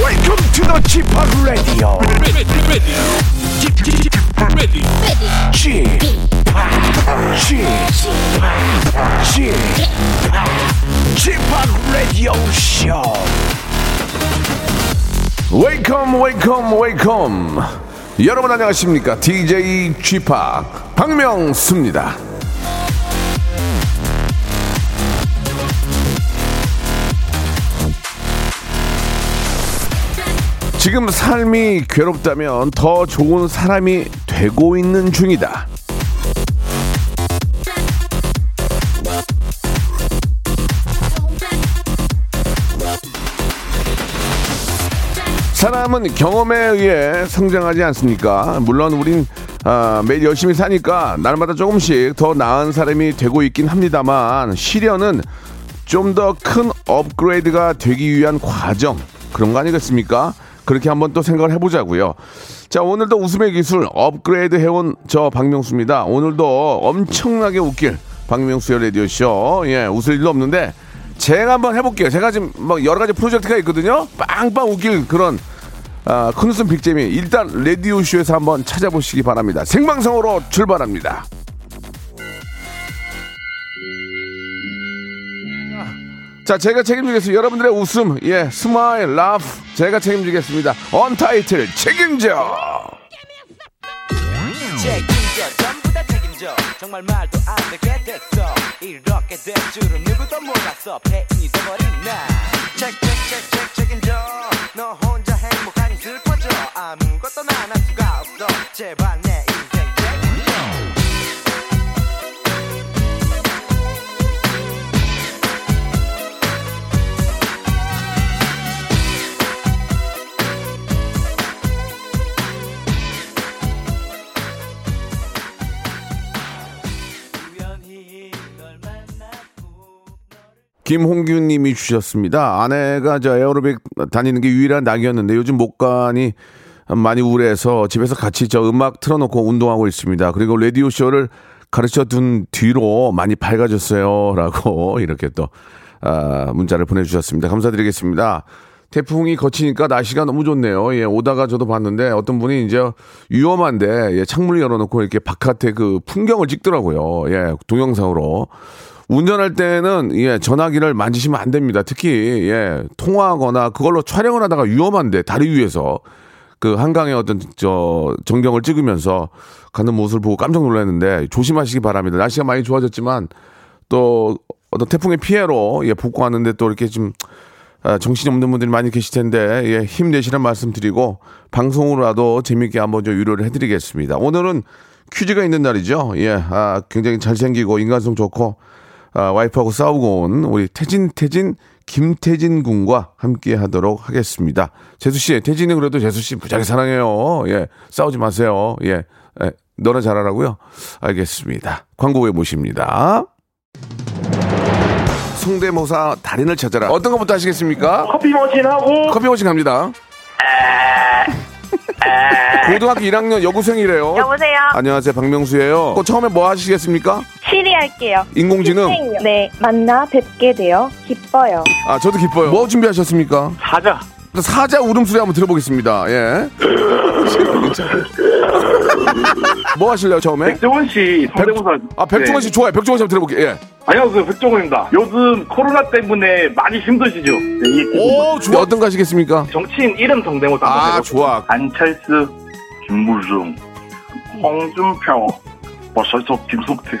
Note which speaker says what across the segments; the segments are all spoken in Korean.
Speaker 1: Welcome to the g p o p Radio.
Speaker 2: ready, ready, Get- get- get ready,
Speaker 1: g p o p g p o p g p o p Radio Show.
Speaker 3: 웨이컴 웨이컴 웨이컴 여러분 안녕하십니까 DJ g p o p 박명수입니다 지금 삶이 괴롭다면 더 좋은 사람이 되고 있는 중이다 사람은 경험에 의해 성장하지 않습니까? 물론 우린 아, 매일 열심히 사니까 날마다 조금씩 더 나은 사람이 되고 있긴 합니다만 시련은 좀 더 큰 업그레이드가 되기 위한 과정 그런 거 아니겠습니까? 그렇게 한번 또 생각을 해보자고요. 자 오늘도 웃음의 기술 업그레이드 해온 저 박명수입니다. 오늘도 엄청나게 웃길 박명수의 라디오 쇼. 예 웃을 일도 없는데 제가 한번 해볼게요. 제가 지금 막 여러 가지 프로젝트가 있거든요. 빵빵 웃길 그런 아, 큰웃음 빅잼이 일단 라디오 쇼에서 한번 찾아보시기 바랍니다. 생방송으로 출발합니다. 자, 제가 책임지겠습니다. 여러분들의 웃음, 예, 스마일, 라프, 제가 책임지겠습니다. 언타이틀 책임져.
Speaker 4: 책임져 전부 다 책임져 정말 말도 안 되게 됐어 이렇게 될 줄은 누구도 몰랐어 폐인이 돼버린 나 책책책책 책임져 너 혼자 행복하니 슬퍼져 아무것도 난 할 수가 없어 제발 내 인생 책임져 우연히 널 만났고
Speaker 3: 김홍규님이 주셨습니다. 아내가 저 에어로빅 다니는 게 유일한 낙이었는데 요즘 목관이 많이 우울해서 집에서 같이 저 음악 틀어놓고 운동하고 있습니다. 그리고 라디오 쇼를 가르쳐 둔 뒤로 많이 밝아졌어요라고 이렇게 또 아, 문자를 보내주셨습니다. 감사드리겠습니다. 태풍이 거치니까 날씨가 너무 좋네요. 예, 오다가 저도 봤는데 어떤 분이 이제 위험한데 예, 창문을 열어놓고 이렇게 바깥에 그 풍경을 찍더라고요. 예, 동영상으로. 운전할 때는 예, 전화기를 만지시면 안 됩니다. 특히 예, 통화하거나 그걸로 촬영을 하다가 위험한데 다리 위에서 그 한강의 어떤 저 전경을 찍으면서 가는 모습을 보고 깜짝 놀랐는데 조심하시기 바랍니다. 날씨가 많이 좋아졌지만 또 어떤 태풍의 피해로 예, 복구하는데 또 이렇게 좀 아, 정신이 없는 분들이 많이 계실 텐데 예, 힘내시란 말씀드리고 방송으로라도 재미있게 한번 좀 위로를 해드리겠습니다. 오늘은 퀴즈가 있는 날이죠. 예, 아, 굉장히 잘생기고 인간성 좋고 아, 와이프하고 싸우고 온 우리 태진 태진 김태진 군과 함께하도록 하겠습니다. 재수 씨, 태진이 그래도 재수 씨 무지하게 사랑해요. 예, 싸우지 마세요. 예, 예 너나 잘하라고요. 알겠습니다. 광고 후에 모십니다. 송대모사 달인을 찾아라. 어떤 것부터 하시겠습니까?
Speaker 5: 커피 머신하고
Speaker 3: 커피 머신 갑니다. 고등학교 1학년
Speaker 6: 어,
Speaker 3: 여고생이래요.
Speaker 7: 여보세요.
Speaker 3: 안녕하세요, 박명수예요. 어, 처음에 뭐 하시겠습니까?
Speaker 7: 시리 할게요.
Speaker 3: 인공지능.
Speaker 7: 네, 만나 뵙게 되어 기뻐요.
Speaker 3: 아, 저도 기뻐요. 뭐 준비하셨습니까?
Speaker 5: 사자
Speaker 3: 사자 울음소리 한번 들어보겠습니다. 예. 뭐 하실래요, 처음에?
Speaker 5: 백종원 씨 성대모사
Speaker 3: 아, 백종원 씨
Speaker 5: 네.
Speaker 3: 좋아요. 백종원 씨 한번 들어볼게요. 예.
Speaker 5: 안녕하세요 백종원입니다 요즘 코로나 때문에 많이 힘드시죠 네, 이
Speaker 3: 오, 좋아. 뭐 어떤 거 하시겠습니까?
Speaker 5: 정치인 이름 성대모사 한번
Speaker 3: 아,
Speaker 5: 해볼게요.
Speaker 3: 좋아.
Speaker 5: 안철수 김무중 홍준표 버설석 김성태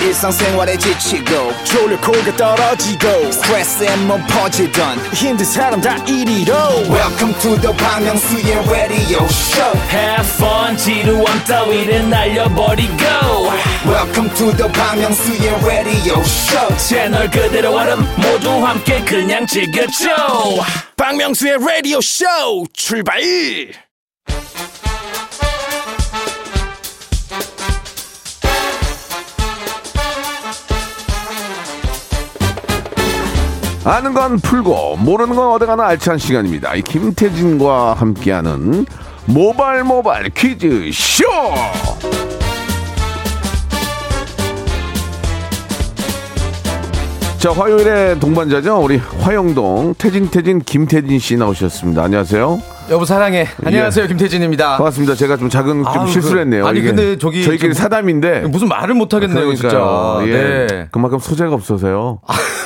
Speaker 8: 일상생활에 지치고, 졸려 코가 떨어지고, 스트레스에 몸 퍼지던, 힘든 사람 다 이리로. welcome to the Bang Myung-soo's radio show
Speaker 9: Have fun 지루함 따위를 날려버리고
Speaker 8: welcome to the Bang Myung-soo's radio show
Speaker 9: 채널 그대로 얼음 모두 함께 그냥 즐겨줘 박명수의 라디오 쇼 출발
Speaker 3: 아는 건 풀고 모르는 건 얻어가는 알찬 시간입니다. 이 김태진과 함께하는 모발 모발 퀴즈 쇼. 자 화요일에 동반자죠 우리 화영동 태진 태진 김태진 씨 나오셨습니다. 안녕하세요.
Speaker 10: 여보
Speaker 3: 예.
Speaker 10: 사랑해. 안녕하세요 김태진입니다.
Speaker 3: 반갑습니다. 제가 좀 작은 좀
Speaker 10: 아우,
Speaker 3: 실수를
Speaker 10: 그-
Speaker 3: 했네요.
Speaker 10: 아니,
Speaker 3: 이게
Speaker 10: 근데 저기
Speaker 3: 저희끼리
Speaker 10: 좀-
Speaker 3: 사담인데
Speaker 10: 무슨 말을 못 하겠네요 진짜.
Speaker 3: 예. 그러니까요. 예.
Speaker 10: 네.
Speaker 3: 그만큼 소재가 없어서요.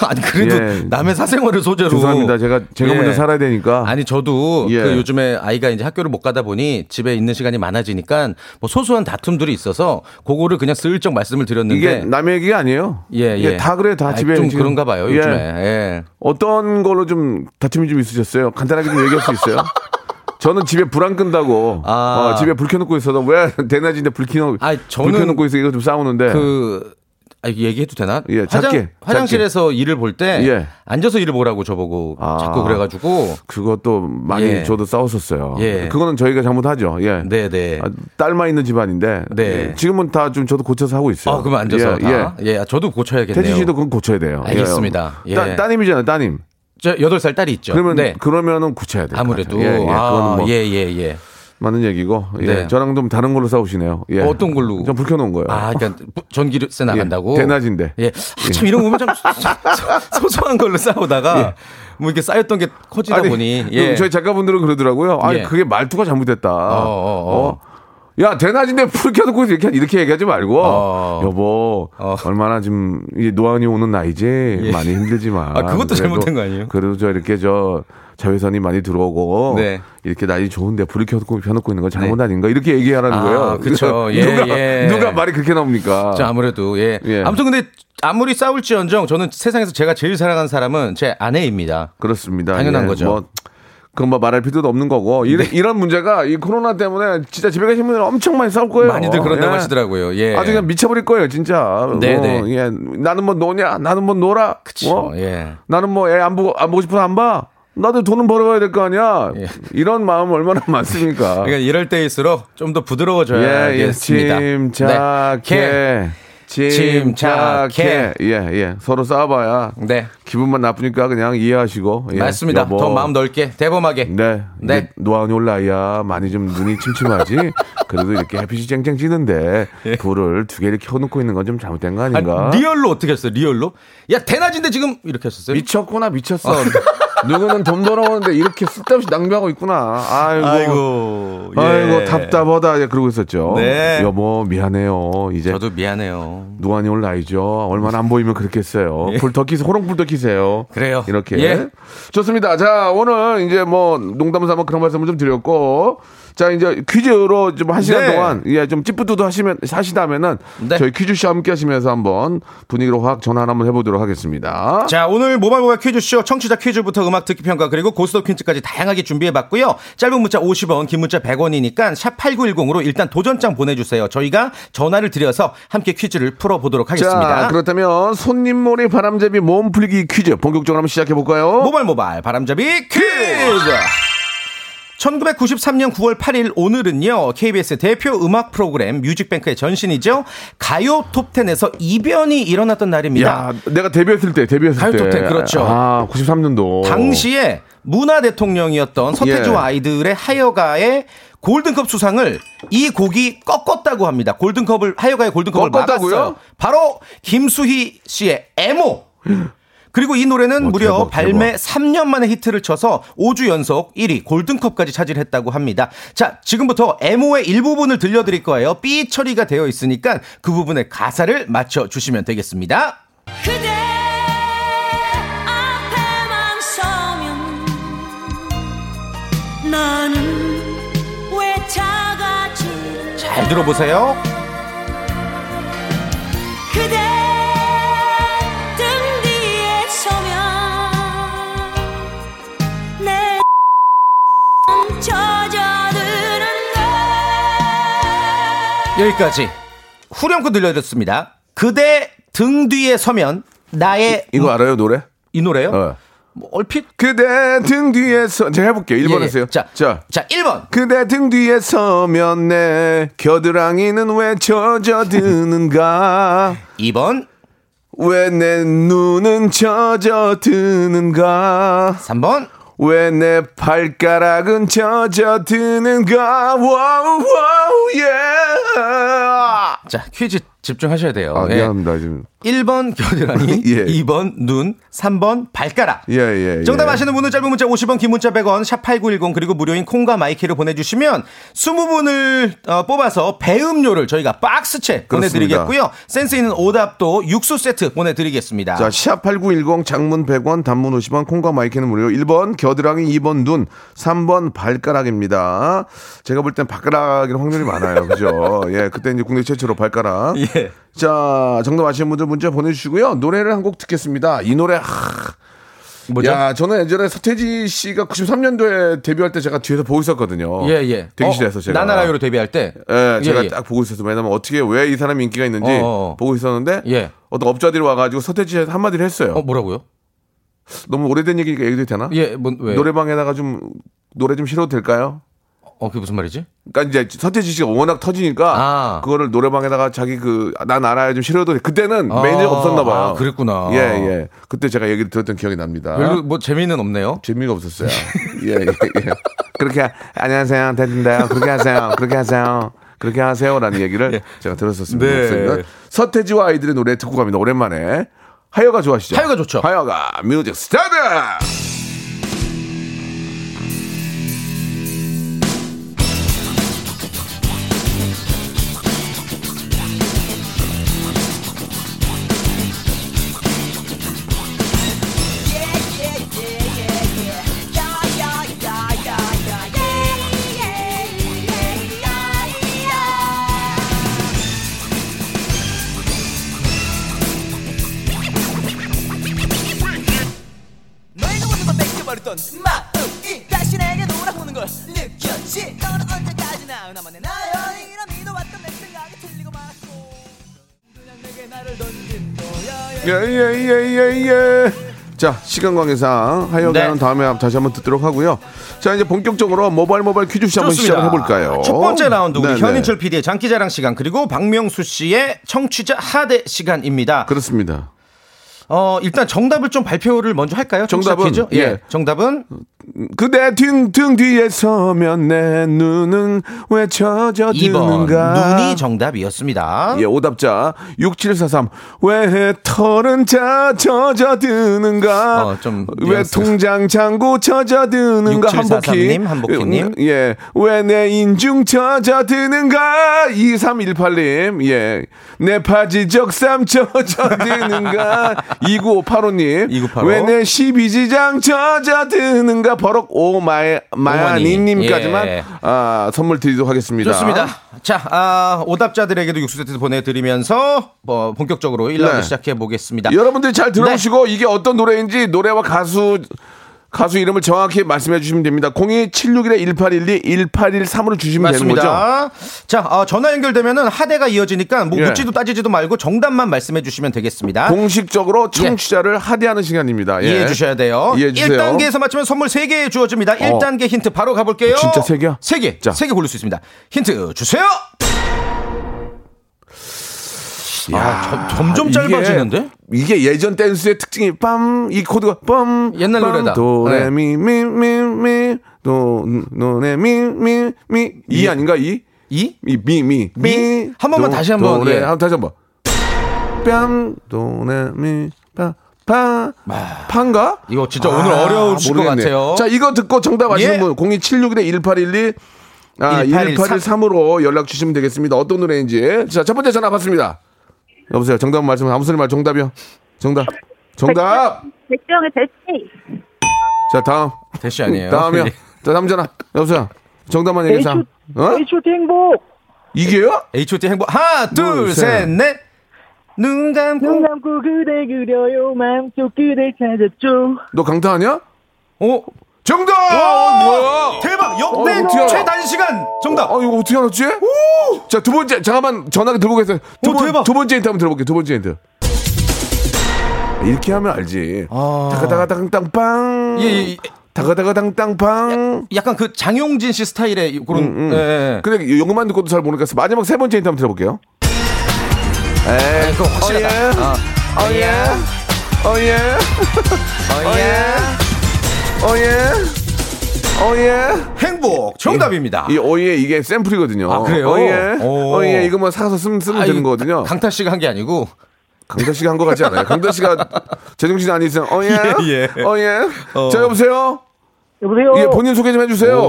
Speaker 10: 아니 그래도
Speaker 3: 예.
Speaker 10: 남의 사생활을 소재로.
Speaker 3: 죄송합니다. 제가 제가
Speaker 10: 그 예.
Speaker 3: 먼저 살아야 되니까.
Speaker 10: 아니 저도
Speaker 3: 예.
Speaker 10: 그 요즘에 아이가 이제 학교를 못 가다 보니 집에 있는 시간이 많아지니까 뭐 소소한 다툼들이 있어서 그거를 그냥 슬쩍 말씀을
Speaker 3: 이게
Speaker 10: 드렸는데
Speaker 3: 남의 얘기가 아니에요.
Speaker 10: 예,
Speaker 3: 이게
Speaker 10: 예.
Speaker 3: 다 그래 다
Speaker 10: 아이,
Speaker 3: 집에
Speaker 10: 좀
Speaker 3: 지금-
Speaker 10: 그런가 봐요,
Speaker 3: 예.
Speaker 10: 요즘에. 예.
Speaker 3: 어떤 걸로 좀 다툼이 좀 있으셨어요? 간단하게 좀 얘기할 수 있어요? 저는 집에 불 안 끈다고
Speaker 10: 아.
Speaker 3: 어, 집에 불 켜놓고 있어서 왜 대낮인데 불 켜놓고
Speaker 10: 아니, 저는
Speaker 3: 불 켜놓고 있어 이거 좀 싸우는데
Speaker 10: 그 아, 이거 얘기해도 되나?
Speaker 3: 예, 작게, 작게.
Speaker 10: 실에서 일을 볼 때
Speaker 3: 예.
Speaker 10: 앉아서 일을 보라고 저보고
Speaker 3: 아.
Speaker 10: 자꾸 그래가지고
Speaker 3: 그것도 많이
Speaker 10: 예.
Speaker 3: 저도 싸웠었어요.
Speaker 10: 예.
Speaker 3: 그거는 저희가 잘못하죠. 예.
Speaker 10: 네네.
Speaker 3: 아, 딸만 있는 집안인데
Speaker 10: 네.
Speaker 3: 예. 지금은 다 좀 저도 고쳐서 하고 있어요.
Speaker 10: 아, 그럼 앉아서
Speaker 3: 예,
Speaker 10: 다.
Speaker 3: 예.
Speaker 10: 예, 저도 고쳐야겠네요.
Speaker 3: 태진 씨도 그건 고쳐야 돼요.
Speaker 10: 알겠습니다.
Speaker 3: 예.
Speaker 10: 예.
Speaker 3: 따, 따님이잖아요, 따님.
Speaker 10: 저 8살 딸이 있죠.
Speaker 3: 그러면
Speaker 10: 네.
Speaker 3: 그러면은 고쳐야 돼요.
Speaker 10: 아무래도
Speaker 3: 예, 예. 그거는
Speaker 10: 아,
Speaker 3: 뭐
Speaker 10: 예, 예, 예.
Speaker 3: 맞는 얘기고 예.
Speaker 10: 네.
Speaker 3: 저랑 좀 다른 걸로 싸우시네요. 예.
Speaker 10: 어떤 걸로?
Speaker 3: 좀 불켜놓은 거예요.
Speaker 10: 아, 그러니까 부- 전기세 나간다고.
Speaker 3: 어. 예, 대낮인데.
Speaker 10: 예. 아, 참 이런 거 보면 참 소- 소소한 걸로 싸우다가 뭐 이렇게 쌓였던 게 커지다
Speaker 3: 예. 아니,
Speaker 10: 보니
Speaker 3: 그
Speaker 10: 예.
Speaker 3: 저희 작가분들은 그러더라고요. 아니
Speaker 10: 예.
Speaker 3: 그게 말투가 잘못됐다.
Speaker 10: 어,
Speaker 3: 어. 야 대낮인데 불 켜놓고 이렇게 이렇게 얘기하지 말고
Speaker 10: 어.
Speaker 3: 여보
Speaker 10: 어.
Speaker 3: 얼마나 지금 이 노안이 오는 나이지 많이 힘들지만
Speaker 10: 아, 그것도 잘못된 거 아니에요?
Speaker 3: 그래도 저 이렇게 저 자외선이 많이 들어오고
Speaker 10: 네.
Speaker 3: 이렇게 날이 좋은데 불을 켜놓고 켜놓고 있는 건 잘못 아닌가 이렇게 얘기하라는
Speaker 10: 아,
Speaker 3: 거예요.
Speaker 10: 그쵸. 예,
Speaker 3: 누가
Speaker 10: 예.
Speaker 3: 누가 말이 그렇게 나옵니까?
Speaker 10: 자, 아무래도 예.
Speaker 3: 예.
Speaker 10: 아무튼 근데 아무리 싸울지언정 저는 세상에서 제가 제일 사랑하는 사람은 제 아내입니다.
Speaker 3: 그렇습니다.
Speaker 10: 당연한
Speaker 3: 예,
Speaker 10: 거죠. 네.
Speaker 3: 뭐 그건 뭐 말할 필요도 없는 거고 이런, 이런 문제가 이 코로나 때문에 진짜 집에 계신 분들 엄청 많이 싸울 거예요.
Speaker 10: 많이들 그런다고
Speaker 3: 예.
Speaker 10: 하시더라고요. 예.
Speaker 3: 아주 그냥 미쳐버릴 거예요, 진짜.
Speaker 10: 네,
Speaker 3: 어,
Speaker 10: 네.
Speaker 3: 예. 나는 뭐 노냐? 나는 뭐 놀아?
Speaker 10: 그쵸,
Speaker 3: 어?
Speaker 10: 예.
Speaker 3: 나는 뭐 애 안 보고 안 보고 싶어서 안 봐. 나도 돈은 벌어가야 될 거 아니야.
Speaker 10: 예.
Speaker 3: 이런 마음 얼마나 많습니까?
Speaker 10: 그러니까 이럴 때일수록 좀 더
Speaker 3: 아. 예, 예.
Speaker 10: 부드러워져야겠습니다. 네.
Speaker 3: 침착해.
Speaker 10: 침착해.
Speaker 3: 예, 예. 서로 싸워봐야
Speaker 10: 네. 네.
Speaker 3: 기분만 나쁘니까 그냥 이해하시고. 예.
Speaker 10: 맞습니다.
Speaker 3: 여보.
Speaker 10: 더 마음 넓게 대범하게.
Speaker 3: 네.
Speaker 10: 네.
Speaker 3: 이제 노안이 올 나이야. 많이 좀 눈이 침침하지. 그래도 이렇게 햇빛이 쨍쨍 찌는데 불을 두 개를 켜놓고 있는 건 좀 잘못된 거
Speaker 10: 아니,
Speaker 3: 아닌가?
Speaker 10: 리얼로 어떻게 했어요? 리얼로? 야 대낮인데 지금 이렇게 했었어요?
Speaker 3: 미쳤구나 미쳤어. 누구는 돈 벌어오는데 이렇게 쓸데없이 낭비하고 있구나. 아이고. 아이고.
Speaker 10: 예.
Speaker 3: 답답하다 예, 그러고 있었죠.
Speaker 10: 네.
Speaker 3: 여보 미안해요. 이제
Speaker 10: 저도 미안해요.
Speaker 3: 노안이 올 나이죠. 얼마나 안 보이면 그렇겠어요. 불 더 키세요. 호롱불 더 키세요.
Speaker 10: 예. 그래요.
Speaker 3: 이렇게.
Speaker 10: 예.
Speaker 3: 좋습니다. 자, 오늘 이제 뭐 농담 삼아 그런 말씀을 좀 드렸고. 자, 이제 퀴즈로 좀 한 시간
Speaker 10: 네.
Speaker 3: 동안 예, 좀 찌뿌드도 하시면 하시다면은
Speaker 10: 네.
Speaker 3: 저희 퀴즈 씨와 함께 하시면서 한번 분위기로 확 전화 한번 해 보도록 하겠습니다.
Speaker 10: 자 오늘 모바일모바 퀴즈쇼 청취자 퀴즈부터 음악 듣기 평가 그리고 고스톱 퀴즈까지 다양하게 준비해봤고요. 짧은 문자 50원 긴 문자 100원이니까 샵 8910으로 일단 도전장 보내주세요. 저희가 전화를 드려서 함께 퀴즈를 풀어보도록 하겠습니다.
Speaker 3: 자, 그렇죠. 그렇다면 손님몰이 바람잡이 몸풀기 퀴즈 본격적으로 한번 시작해 볼까요?
Speaker 10: 모발 모발 바람잡이 퀴즈 1993년 9월 8일 오늘은요 KBS 대표 음악 프로그램 뮤직뱅크의 전신이죠 가요 톱텐에서 이변이 일어났던 날입니다
Speaker 3: 야, 내가 데뷔했을 때, 데뷔했을
Speaker 10: 가요
Speaker 3: 때.
Speaker 10: 톱텐, 그렇죠.
Speaker 3: 아, 93년도.
Speaker 10: 당시에 문화 대통령이었던 서태지와
Speaker 3: 예.
Speaker 10: 아이들의 하여가의 골든컵 수상을 이 곡이 꺾었다고 합니다 골든컵을 하여가의 골든컵을
Speaker 3: 꺾었다고요?
Speaker 10: 막았어요 바로 김수희 씨의 애모 그리고 이 노래는
Speaker 3: 어,
Speaker 10: 무려
Speaker 3: 대박, 대박.
Speaker 10: 발매 3년 만에 히트를 쳐서 5주 연속 1위 골든컵까지 차지했다고 합니다. 자, 지금부터 MO의 일부분을 들려드릴 거예요. B 처리가 되어 있으니까 그 부분의 가사를 맞춰주시면 되겠습니다.
Speaker 11: 그대 앞에만 서면 나는 왜 작아지
Speaker 10: 잘 들어보세요.
Speaker 11: 그대 등 뒤에 서면 내 젖어드는데
Speaker 10: 여기까지 후렴구 들려드렸습니다. 그대 등 뒤에 서면 나의
Speaker 3: 이거 알아요, 노래?
Speaker 10: 이 노래요?
Speaker 3: 어.
Speaker 10: 뭐 얼핏
Speaker 3: 그대 등 뒤에서 제가 해볼게요. 1번
Speaker 10: 예, 예.
Speaker 3: 했어요.
Speaker 10: 자, 자, 자 1번.
Speaker 3: 그대 등 뒤에 서면 내 겨드랑이는 왜 젖어드는가?
Speaker 10: 2번.
Speaker 3: 왜 내 눈은 젖어드는가?
Speaker 10: 3번.
Speaker 3: 왜 내 발가락은 젖어드는가? 와우, 와우, 예!
Speaker 10: 자, 퀴즈 집중하셔야 돼요.
Speaker 3: 아,
Speaker 10: 아, 예.
Speaker 3: 미안합니다, 지금.
Speaker 10: 1번 겨드랑이,
Speaker 3: 예.
Speaker 10: 2번 눈, 3번 발가락.
Speaker 3: 예, 예. 예.
Speaker 10: 정답 아시는 분은 짧은 문자 50원, 긴 문자 100원, 샵8910 그리고 무료인 콩과 마이키로 보내주시면 20분을 어, 뽑아서 배음료를 저희가 박스채
Speaker 3: 그렇습니다.
Speaker 10: 보내드리겠고요. 센스 있는 오답도 육수 세트 보내드리겠습니다.
Speaker 3: 자, 샵8910 장문 100원, 단문 50원, 콩과 마이크는 무료. 1번 겨드랑이, 2번 눈, 3번 발가락입니다. 제가 볼 땐 발가락일 확률이 많아요. 그죠? 예, 그때 이제 국내 최초로 발가락.
Speaker 10: 예.
Speaker 3: 자, 정답 아시는 분들 문자 보내주시고요. 노래를 한 곡 듣겠습니다. 이 노래, 하.
Speaker 10: 뭐죠?
Speaker 3: 야, 저는 예전에 서태지 씨가 93년도에 데뷔할 때 제가 뒤에서 보고 있었거든요.
Speaker 10: 예, 예.
Speaker 3: 대기실에서
Speaker 10: 어,
Speaker 3: 제가.
Speaker 10: 나나라요로 데뷔할 때.
Speaker 3: 예, 제가
Speaker 10: 예.
Speaker 3: 딱 보고 있었어요. 왜냐면 어떻게, 왜 이 사람이 인기가 있는지
Speaker 10: 어, 어, 어.
Speaker 3: 보고 있었는데,
Speaker 10: 예.
Speaker 3: 어떤 업자들이 와가지고 서태지한테 한마디를 했어요.
Speaker 10: 어, 뭐라고요?
Speaker 3: 너무 오래된 얘기니까 얘기도 되나?
Speaker 10: 예, 뭔, 왜?
Speaker 3: 노래방에다가 좀 노래 좀 실어도 될까요?
Speaker 10: 어, 그게 무슨 말이지?
Speaker 3: 그러니까 이제 서태지 씨가 워낙 터지니까
Speaker 10: 아.
Speaker 3: 그거를 노래방에다가 자기 그 난 알아야 좀 실어도 돼. 그때는
Speaker 10: 아,
Speaker 3: 매니저가 없었나 봐요.
Speaker 10: 아, 그랬구나.
Speaker 3: 예, 예. 그때 제가 얘기를 들었던 기억이 납니다.
Speaker 10: 별로 뭐 재미는 없네요.
Speaker 3: 재미가 없었어요. 예, 예, 예. 그렇게 하- 안녕하세요. 대준다요. 그렇게 하세요. 그렇게 하세요. 그렇게 하세요라는 얘기를 제가 들었었습니다.
Speaker 10: 예. 네.
Speaker 3: 그래서 서태지와 아이들의 노래 듣고 갑니다. 오랜만에 하여가 좋아하시죠?
Speaker 10: 하여가 좋죠.
Speaker 3: 하여가 뮤직 스타트.
Speaker 12: 너희가 모든 걸 뺏겨버렸던 마음이 다시 내게 돌아오는 걸 느꼈지 너는 언제까지나 나만의 나연이라 믿어왔던 내 생각이 틀리고 말았고 그냥 내게 나를 던진 거야 예.
Speaker 3: 예예예예 예. 자 시간 관계상 하여간
Speaker 10: 네.
Speaker 3: 다음에 다시 한번 듣도록 하고요. 자 이제 본격적으로 모바일 모바일 퀴즈 한번
Speaker 10: 좋습니다.
Speaker 3: 시작해 볼까요?
Speaker 10: 첫 번째 라운드 우리
Speaker 3: 네네.
Speaker 10: 현인철 PD의 장기자랑 시간 그리고 박명수 씨의 청취자 하대 시간입니다.
Speaker 3: 그렇습니다.
Speaker 10: 어 일단 정답을 좀 발표를 먼저 할까요?
Speaker 3: 정답은,
Speaker 10: 청취자 퀴즈?
Speaker 3: 예.
Speaker 10: 예. 정답은
Speaker 3: 그대 등등 뒤에 서면 내 눈은 왜 젖어드는가?
Speaker 10: 2번 눈이 정답이었습니다.
Speaker 3: 예, 오답자 6743. 왜 털은 자 젖어드는가?
Speaker 10: 어, 좀
Speaker 3: 왜
Speaker 10: 뉘앙스가.
Speaker 3: 통장 잔고 젖어드는가?
Speaker 10: 6743
Speaker 3: 한복희.
Speaker 10: 님, 한복희 님.
Speaker 3: 음, 예. 왜 내 인중 젖어드는가? 2318님. 예. 내 바지 적삼 젖어드는가? 2985님.
Speaker 10: 2985.
Speaker 3: 왜 내 십이지장 젖어드는가? 버럭 오마이,
Speaker 10: 오마니.
Speaker 3: 마야니님까지만
Speaker 10: 예.
Speaker 3: 아, 선물 드리도록 하겠습니다.
Speaker 10: 좋습니다. 자, 아, 오답자들에게도 육수 세트 보내드리면서 뭐 본격적으로 1라운드
Speaker 3: 네.
Speaker 10: 시작해 보겠습니다. 네.
Speaker 3: 여러분들이 잘 들어보시고 이게 어떤 노래인지 노래와 가수 가수 이름을 정확히 말씀해 주시면 됩니다. 02761-1812, 1813으로 주시면 되는 거죠.
Speaker 10: 맞습니다. 자, 어, 전화 연결되면은 하대가 이어지니까 뭐
Speaker 3: 예.
Speaker 10: 묻지도 따지지도 말고 정답만 말씀해 주시면 되겠습니다.
Speaker 3: 공식적으로 청취자를 하대하는 시간입니다. 예.
Speaker 10: 예. 이해해 주셔야 돼요.
Speaker 3: 이해해 주세요.
Speaker 10: 1단계에서 맞추면 선물 3개 주어집니다. 1단계 힌트 바로 가볼게요.
Speaker 3: 진짜 세 개야?
Speaker 10: 3개.
Speaker 3: 자.
Speaker 10: 3개 고를 수 있습니다. 힌트 주세요. 아, 점- 점점 짧아지는데?
Speaker 3: 이게, 이게 예전 댄스의 특징이 빰, 이 코드가 빰.
Speaker 10: 옛날
Speaker 3: 빰,
Speaker 10: 노래다. 네.
Speaker 3: 도레미, 미, 미, 미, 도, 노레미, 미, 미. 이
Speaker 10: 이.
Speaker 3: 아닌가, 이?
Speaker 10: 이?
Speaker 3: 미, 미, 미.
Speaker 10: 미? 한 번만 다시 한 번,
Speaker 3: 도레,
Speaker 10: 예.
Speaker 3: 한, 다시 한 번. 뺨, 도레, 미, 빠, 파. 파인가?
Speaker 10: 이거 진짜 오늘 어려우실 것 같아요.
Speaker 3: 아, 자, 이거 듣고 정답 아시는
Speaker 10: 예.
Speaker 3: 분, 02761-1812. 아,
Speaker 10: 1813.
Speaker 3: 1813으로 연락 주시면 되겠습니다. 어떤 노래인지. 자, 첫 번째 전화 받습니다. 여보세요. 정답 말씀, 아무 소리 말 정답이요. 정답. 정답!
Speaker 7: 백종의 백지.
Speaker 3: 자, 다음.
Speaker 10: 대시 아니에요. 예.
Speaker 3: 다음이요. 자, 다음 전화. 여보세요. 정답만 얘기해서. 어?
Speaker 6: 네,
Speaker 7: H.O.T. 행복.
Speaker 3: 이게요?
Speaker 10: H.O.T 행복. 하나, 둘,
Speaker 3: 둘, 셋.
Speaker 10: 셋, 넷. 눈 감고.
Speaker 7: 눈 감고 그대 그려요. 마음속 그대 찾았죠.
Speaker 3: 너 강타하냐?
Speaker 10: 어?
Speaker 3: 정답! 뭐야?
Speaker 10: 대박! 역대
Speaker 3: 어, 어떻게 알아?
Speaker 10: 최단 시간! 정답!
Speaker 3: 아, 이거 어떻게 알았지? 자, 두 번째, 잠깐만, 전화기 들고 계세요. 두,
Speaker 10: 오,
Speaker 3: 번,
Speaker 10: 대박.
Speaker 3: 두 번째 힌트 한번 들어볼게요, 두 번째 힌트. 이렇게 하면 알지.
Speaker 10: 아.
Speaker 3: 다가다가당땅빵.
Speaker 10: 예, 예, 예.
Speaker 3: 다가다가당땅빵.
Speaker 10: 약간 그 장용진 씨 스타일의 그런.
Speaker 3: 음,
Speaker 10: 예, 예.
Speaker 3: 근데 영어만 듣고도 잘 모르니까 마지막 세 번째 힌트 한번 들어볼게요.
Speaker 10: 아, 그거 확실하다.
Speaker 3: 어, 예.
Speaker 10: 아,
Speaker 3: 오예
Speaker 10: 어,
Speaker 3: 오예
Speaker 10: 예.
Speaker 3: 어, 예. 오예 어, 오예 오예
Speaker 10: 행복 정답입니다.
Speaker 3: 이 오예 이게 샘플이거든요. 어,
Speaker 10: 아, 그래요?
Speaker 3: 오예
Speaker 10: 오.
Speaker 3: 오예 이거 뭐 사서 쓰면, 쓰면
Speaker 10: 아,
Speaker 3: 되는
Speaker 10: 이거
Speaker 3: 거거든요.
Speaker 10: 강탈 씨가 한 게 아니고
Speaker 3: 강타 씨가 한 거 같지 않아요? 강타 씨가 제정신 아니세요? 어예,
Speaker 10: 예, 예.
Speaker 3: 어예.
Speaker 10: 어.
Speaker 3: 자 여보세요.
Speaker 7: 여보세요.
Speaker 3: 예, 본인 소개 좀 해주세요.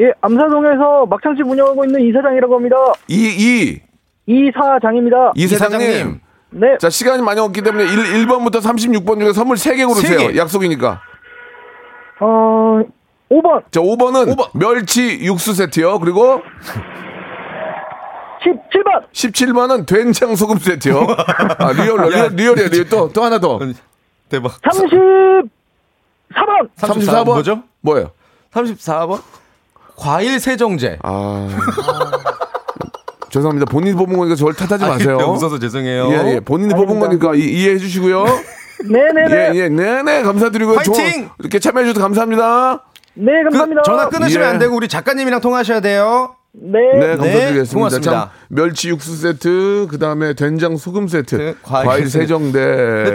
Speaker 7: 예, 암사동에서 막창집 운영하고 있는 이사장이라고 합니다.
Speaker 3: 이이
Speaker 7: 이사장입니다.
Speaker 3: 이사장님.
Speaker 7: 네.
Speaker 3: 자 시간이 많이 없기 때문에 1 1번부터 36번 중에 선물 3개 고르세요.
Speaker 7: 세 개.
Speaker 3: 약속이니까.
Speaker 7: 어, 5번.
Speaker 3: 자 5번은 멸치 육수 세트요. 그리고
Speaker 7: 17번.
Speaker 3: 17번은 된장 소금 세트요. 아, 리얼
Speaker 10: 야.
Speaker 3: 리얼 리얼이에요. 리얼. 또또 하나 더.
Speaker 10: 대박.
Speaker 7: 34번.
Speaker 10: 34번 뭐죠?
Speaker 3: 뭐예요?
Speaker 10: 34번 과일 세정제.
Speaker 3: 아. 죄송합니다. 본인 뽑은 거니까 저를 탓하지
Speaker 10: 아,
Speaker 3: 마세요.
Speaker 10: 웃어서 죄송해요.
Speaker 3: 예, 예. 본인이 뽑은 거니까 이, 해해 주시고요.
Speaker 7: 네네네.
Speaker 3: 예, 예. 네네. 감사드리고요.
Speaker 10: 화이팅!
Speaker 3: 저- 이렇게 참여해 주셔서 감사합니다.
Speaker 7: 네, 감사합니다.
Speaker 10: 전화 끊으시면
Speaker 3: 예.
Speaker 10: 안 되고 우리 작가님이랑 통화하셔야 돼요.
Speaker 7: 네.
Speaker 3: 네, 감사드리겠습니다.
Speaker 10: 고맙습니다.
Speaker 3: 참, 멸치 육수 세트, 그 다음에 된장 소금 세트, 과일,
Speaker 10: 네, 과일 세트. 근데 또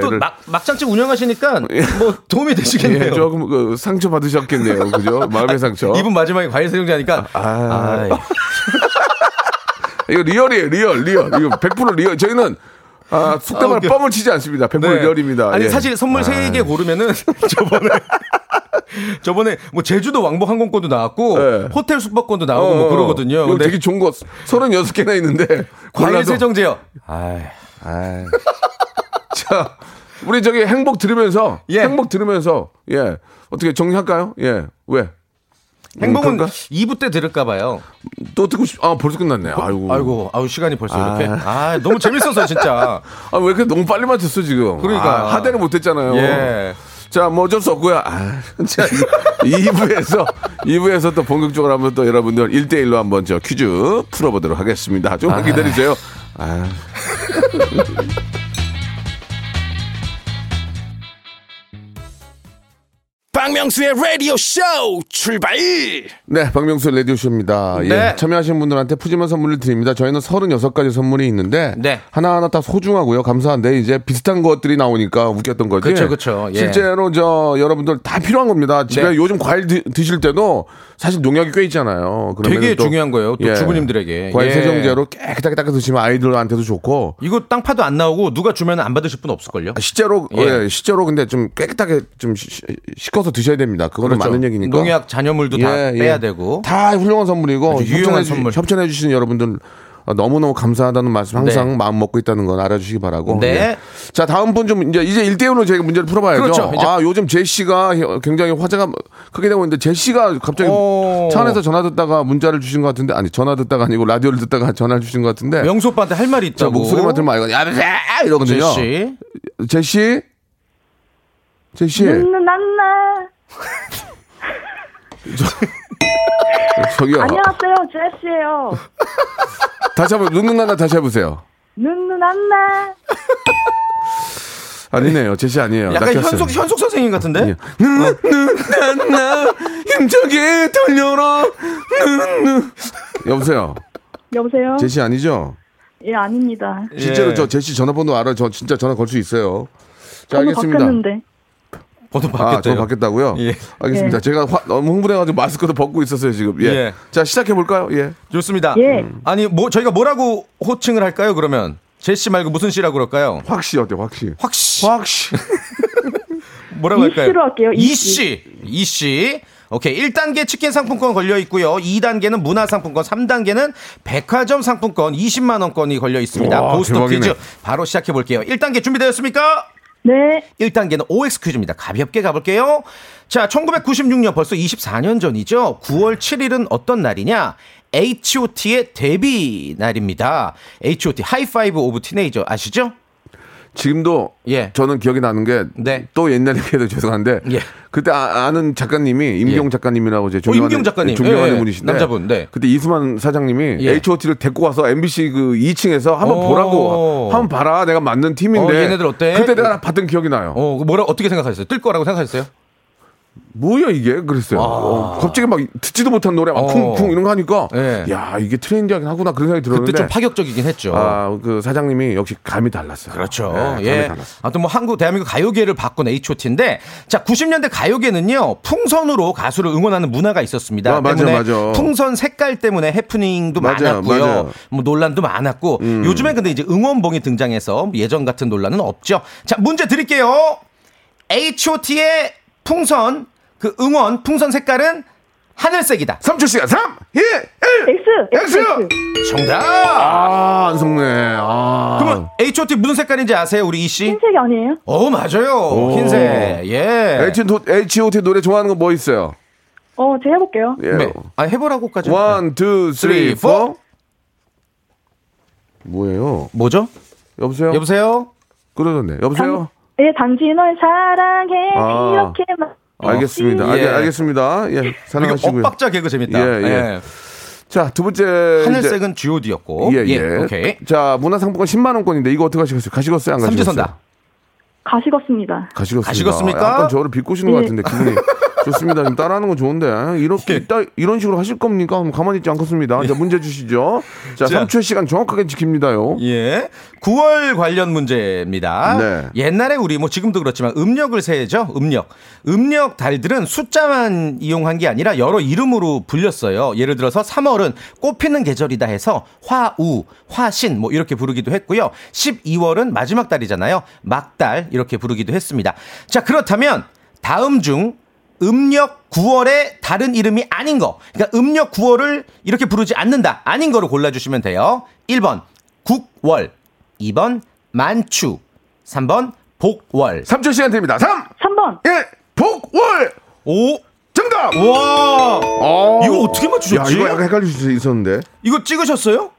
Speaker 3: 세정대를
Speaker 10: 막, 막장집 운영하시니까 뭐 도움이 되시겠네요.
Speaker 3: 네. 예, 조금 그 상처 받으셨겠네요. 그죠? 마음의 상처.
Speaker 10: 이분 마지막에 과일 세정제 하니까 아,
Speaker 3: 이거 리얼이에요, 리얼, 리얼. 이거 100% 리얼. 저희는 아,
Speaker 10: 아,
Speaker 3: 속대말
Speaker 10: 웃겨.
Speaker 3: 뻥을 치지 않습니다. 100% 리얼입니다.
Speaker 10: 네. 아니
Speaker 3: 예.
Speaker 10: 사실 선물 세 개 고르면은 저번에 저번에 뭐 제주도 왕복 항공권도 나왔고
Speaker 3: 네.
Speaker 10: 호텔 숙박권도 나오고 뭐 그러거든요.
Speaker 3: 이거
Speaker 10: 근데
Speaker 3: 어, 되게 좋은 거 36개나 있는데
Speaker 10: 과일
Speaker 3: 골라서.
Speaker 10: 세정제요.
Speaker 3: 자, 우리 저기 행복 들으면서
Speaker 10: 예.
Speaker 3: 행복 들으면서 예 어떻게 정리할까요? 예 왜?
Speaker 10: 행복은
Speaker 3: 음, 그럴까?
Speaker 10: 2부 때 들을까 봐요.
Speaker 3: 또 듣고 싶? 아 벌써 끝났네. 아이고.
Speaker 10: 뭐, 아이고, 아우 시간이 벌써
Speaker 3: 아.
Speaker 10: 이렇게. 아, 너무 재밌었어요, 진짜.
Speaker 3: 아 왜 이렇게 너무 빨리 맞췄어 지금?
Speaker 10: 그러니까.
Speaker 3: 아, 하대를 못했잖아요.
Speaker 10: 예.
Speaker 3: 자, 뭐 어쩔 수 없고요. 아, 자, 2부에서 2부에서 또 본격적으로 한번 또 여러분들 1대1로 한번 저 퀴즈 풀어보도록 하겠습니다. 조금만
Speaker 10: 아.
Speaker 3: 기다리세요. 아.
Speaker 9: 박명수의 라디오 쇼 출발!
Speaker 3: 네, 박명수 레디오쇼입니다.
Speaker 9: 네.
Speaker 3: 예, 참여하신 분들한테 푸짐한 선물을 드립니다. 저희는 36가지 선물이 있는데
Speaker 10: 네.
Speaker 3: 하나하나 다 소중하고요. 감사한데 이제 비슷한 것들이 나오니까 웃겼던 거지.
Speaker 10: 그쵸, 그쵸. 예.
Speaker 3: 실제로 저 여러분들 다 필요한 겁니다. 집에
Speaker 10: 네.
Speaker 3: 요즘 과일 드, 드실 때도 사실 농약이 꽤 있잖아요. 그러면은
Speaker 10: 되게
Speaker 3: 또-
Speaker 10: 중요한 거예요. 또 주부님들에게.
Speaker 3: 과일
Speaker 10: 예.
Speaker 3: 세정제로 깨끗하게 닦아 드시면 아이들한테도 좋고
Speaker 10: 이거 땅 파도 안 나오고 누가 주면 안 받으실 분 없을걸요?
Speaker 3: 실제로 예. 실제로 근데 좀 깨끗하게 좀 시- 시- 씻어서 드셔야 됩니다. 그거는
Speaker 10: 그렇죠.
Speaker 3: 맞는 얘기니까. 예,
Speaker 10: 농약 잔여물도 예, 다 빼야 되고.
Speaker 3: 다 훌륭한 선물이고
Speaker 10: 아주 유용한 선물.
Speaker 3: 협찬해 주신 여러분들 어, 너무너무 감사하다는 말씀 항상
Speaker 10: 네.
Speaker 3: 마음 먹고 있다는 건 알아주시기 바라고.
Speaker 10: 네.
Speaker 3: 예. 자 다음 분 좀 이제 이제 1대1로 저희가 문제를 풀어봐야죠.
Speaker 10: 그렇죠. 이제-
Speaker 3: 아 요즘 제시가 굉장히 화제가 크게 되고 있는데 제시가 갑자기 차 안에서 전화 듣다가 문자를 주신 것 같은데 아니 전화 듣다가 아니고 라디오를 듣다가 전화를 주신 것 같은데
Speaker 10: 명수 오빠한테 할 말이
Speaker 3: 자,
Speaker 10: 있다고.
Speaker 3: 목소리만 들면 알거든요. 여보세요! 이러거든요.
Speaker 10: 제시.
Speaker 3: 제시? 제시?
Speaker 6: 난나
Speaker 3: 저기요.
Speaker 6: 안녕하세요 제시예요
Speaker 3: 다시 한번, 눈눈 나나 다시 해보세요.
Speaker 6: 눈누난나
Speaker 3: 아니네요. 제시 아니에요.
Speaker 10: 약간
Speaker 3: 낚였어요.
Speaker 10: 현숙, 현숙 선생님
Speaker 3: 예? 네?
Speaker 10: 같은데?
Speaker 3: 눈눈난나 네, 힘차게 돌려라 눈눈 여보세요.
Speaker 6: 여보세요
Speaker 3: 제시 아니죠?
Speaker 6: 예 아닙니다
Speaker 10: 예.
Speaker 3: 실제로 저 제시 전화번호 알아. 요저 진짜 전화 걸 수 있어요. 자,
Speaker 6: 번호
Speaker 3: 알겠습니다.
Speaker 6: 바꿨는데
Speaker 10: 번호
Speaker 3: 아, 저 바뀌었다고요? 알겠습니다.
Speaker 6: 예.
Speaker 3: 제가 화- 너무 흥분해가지고 마스크도 벗고 있었어요, 지금. 예.
Speaker 10: 예.
Speaker 3: 자, 시작해볼까요? 예.
Speaker 10: 좋습니다.
Speaker 6: 예.
Speaker 10: 아니, 뭐, 저희가 뭐라고 호칭을 할까요, 그러면? 제시 말고 무슨 씨라고 그럴까요?
Speaker 3: 확씨 어때요, 확씨?
Speaker 10: 확씨.
Speaker 3: 확씨.
Speaker 10: 뭐라고 할까요?
Speaker 6: 이씨로 할게요,
Speaker 10: 이씨. 이씨. 오케이. 1단계 치킨 상품권 걸려 있고요. 2단계는 문화 상품권, 3단계는 백화점 상품권 20만 원권이 걸려 있습니다.
Speaker 3: 우와,
Speaker 10: 고스톱
Speaker 3: 대박이네.
Speaker 10: 퀴즈 바로 시작해 볼게요. 1단계 준비되었습니까?
Speaker 6: 네.
Speaker 10: 1단계는 OX 퀴즈입니다. 가볍게 가볼게요. 자, 1996년 벌써 24년 전이죠. 9월 7일은 어떤 날이냐? H.O.T의 데뷔 날입니다. H.O.T. 하이파이브 오브 티네이저 아시죠? 예.
Speaker 3: 지금도
Speaker 10: 네.
Speaker 3: 저는 기억이 나는 게 또 옛날 얘기해도 죄송한데 그때 아, 는 작가님이 임경 작가님이라고 제 존경하는,
Speaker 10: 예. 어, 임경 작가님.
Speaker 3: 존경하는
Speaker 10: 예, 예.
Speaker 3: 분이신데
Speaker 10: 남자분, 네.
Speaker 3: 그때 이수만 사장님이
Speaker 10: 예.
Speaker 3: H.O.T.를 데리고 와서 MBC 그 2층에서 한번
Speaker 10: 오.
Speaker 3: 보라고 한번 봐라 내가 맞는 팀인데
Speaker 10: 어, 얘네들 어때?
Speaker 3: 그때 내가 봤던 기억이 나요.
Speaker 10: 어, 뭐라 어떻게 생각하셨어요? 뜰 거라고 생각하셨어요?
Speaker 3: 뭐야 이게 그랬어요. 어, 갑자기 막 듣지도 못한 노래 막
Speaker 10: 어.
Speaker 3: 쿵쿵 이런 거 하니까
Speaker 10: 예.
Speaker 3: 야 이게 트렌디하긴 하구나 그런 생각이 들었는데
Speaker 10: 그때 좀 파격적이긴 했죠.
Speaker 3: 아그 사장님이 역시 감이 달랐어요.
Speaker 10: 그렇죠.
Speaker 3: 예, 감이
Speaker 10: 예.
Speaker 3: 달랐어요.
Speaker 10: 아무튼 뭐 한국 대한민국 가요계를 바꾼 H.O.T.인데 자 90년대 가요계는요 풍선으로 가수를 응원하는 문화가 있었습니다.
Speaker 3: 아, 맞아,
Speaker 10: 때문에
Speaker 3: 맞아.
Speaker 10: 풍선 색깔 때문에 해프닝도
Speaker 3: 맞아,
Speaker 10: 많았고요.
Speaker 3: 맞아.
Speaker 10: 뭐 논란도 많았고
Speaker 3: 음.
Speaker 10: 요즘에 근데 이제 응원봉이 등장해서 뭐 예전 같은 논란은 없죠. 자 문제 드릴게요. H.O.T.의 풍선 그 응원 풍선 색깔은 하늘색이다.
Speaker 3: 3초 시간 3, 2, 1.
Speaker 6: X.
Speaker 10: 정답.
Speaker 3: 아, 안성네. 아.
Speaker 10: 그러면 H.O.T. 무슨 색깔인지 아세요, 우리 이 씨?
Speaker 6: 흰색이 아니에요?
Speaker 10: 어 맞아요
Speaker 3: 오.
Speaker 10: 흰색
Speaker 3: 네.
Speaker 10: 예
Speaker 3: H.O.T. 노래 좋아하는 거 뭐 있어요?
Speaker 6: 어, 제가 해볼게요.
Speaker 3: 예.
Speaker 10: 네. 아 해보라고까지
Speaker 3: 원, 투, 쓰리,
Speaker 10: 쓰리,
Speaker 3: 포. 뭐예요?
Speaker 10: 뭐죠?
Speaker 3: 여보세요?
Speaker 10: 여보세요
Speaker 3: 그러던데. 여보세요?
Speaker 6: 예, 단지 널 사랑해.
Speaker 3: 아.
Speaker 6: 이렇게만.
Speaker 3: 알겠습니다. 아, 네,
Speaker 10: 예.
Speaker 3: 알, 겠습니다 예.
Speaker 10: 이게
Speaker 3: 사랑하시고요.
Speaker 10: 아, 엇박자 개그 재밌다
Speaker 3: 예, 예. 자, 두 번째.
Speaker 10: 하늘색은 G.O.D였고
Speaker 3: 이제- 예, 예.
Speaker 10: 오케이
Speaker 3: 자, 문화상품권 10만 원권인데 이거 어떻게 하시겠어요? 가시겠어요? 안 가시겠어요?
Speaker 10: 삼지선다
Speaker 6: 가시겠습니다.
Speaker 3: 가시겠습니다.
Speaker 10: 가시겠습니까?
Speaker 3: 약간 저를 비꼬시는 것
Speaker 6: 예.
Speaker 3: 같은데 기분이 좋습니다. 좀 따라하는 건 좋은데 이렇게 있다, 이런 식으로 하실 겁니까? 그럼 가만히 있지 않겠습니다. 자 문제 주시죠. 자,
Speaker 10: 예. 자.
Speaker 3: 3초의 시간 정확하게 지킵니다요.
Speaker 10: 예 9월 관련 문제입니다
Speaker 3: 네.
Speaker 10: 옛날에 우리 뭐 지금도 그렇지만 음력을 세죠 음력 음력 달들은 숫자만 이용한 게 아니라 여러 이름으로 불렸어요 예를 들어서 3월은 꽃피는 계절이다 해서 화우 화신 뭐 이렇게 부르기도 했고요 12월은 마지막 달이잖아요 막달 이렇게 부르기도 했습니다 자 그렇다면 다음 중 음력 9월의 다른 이름이 아닌 거. 그러니까 음력 9월을 이렇게 부르지 않는다. 아닌 거로 골라주시면 돼요. 1번 국월, 2번 만추, 3번 복월.
Speaker 3: 3초 시간 드립니다. 3,
Speaker 6: 3번.
Speaker 3: 1, 복월
Speaker 10: 오,
Speaker 3: 정답.
Speaker 10: 와,
Speaker 3: 어.
Speaker 10: 아, 이거 어떻게
Speaker 3: 야,
Speaker 10: 맞추셨지?
Speaker 3: 이거 약간 헷갈릴 수 있었는데
Speaker 10: 이거 찍으셨어요?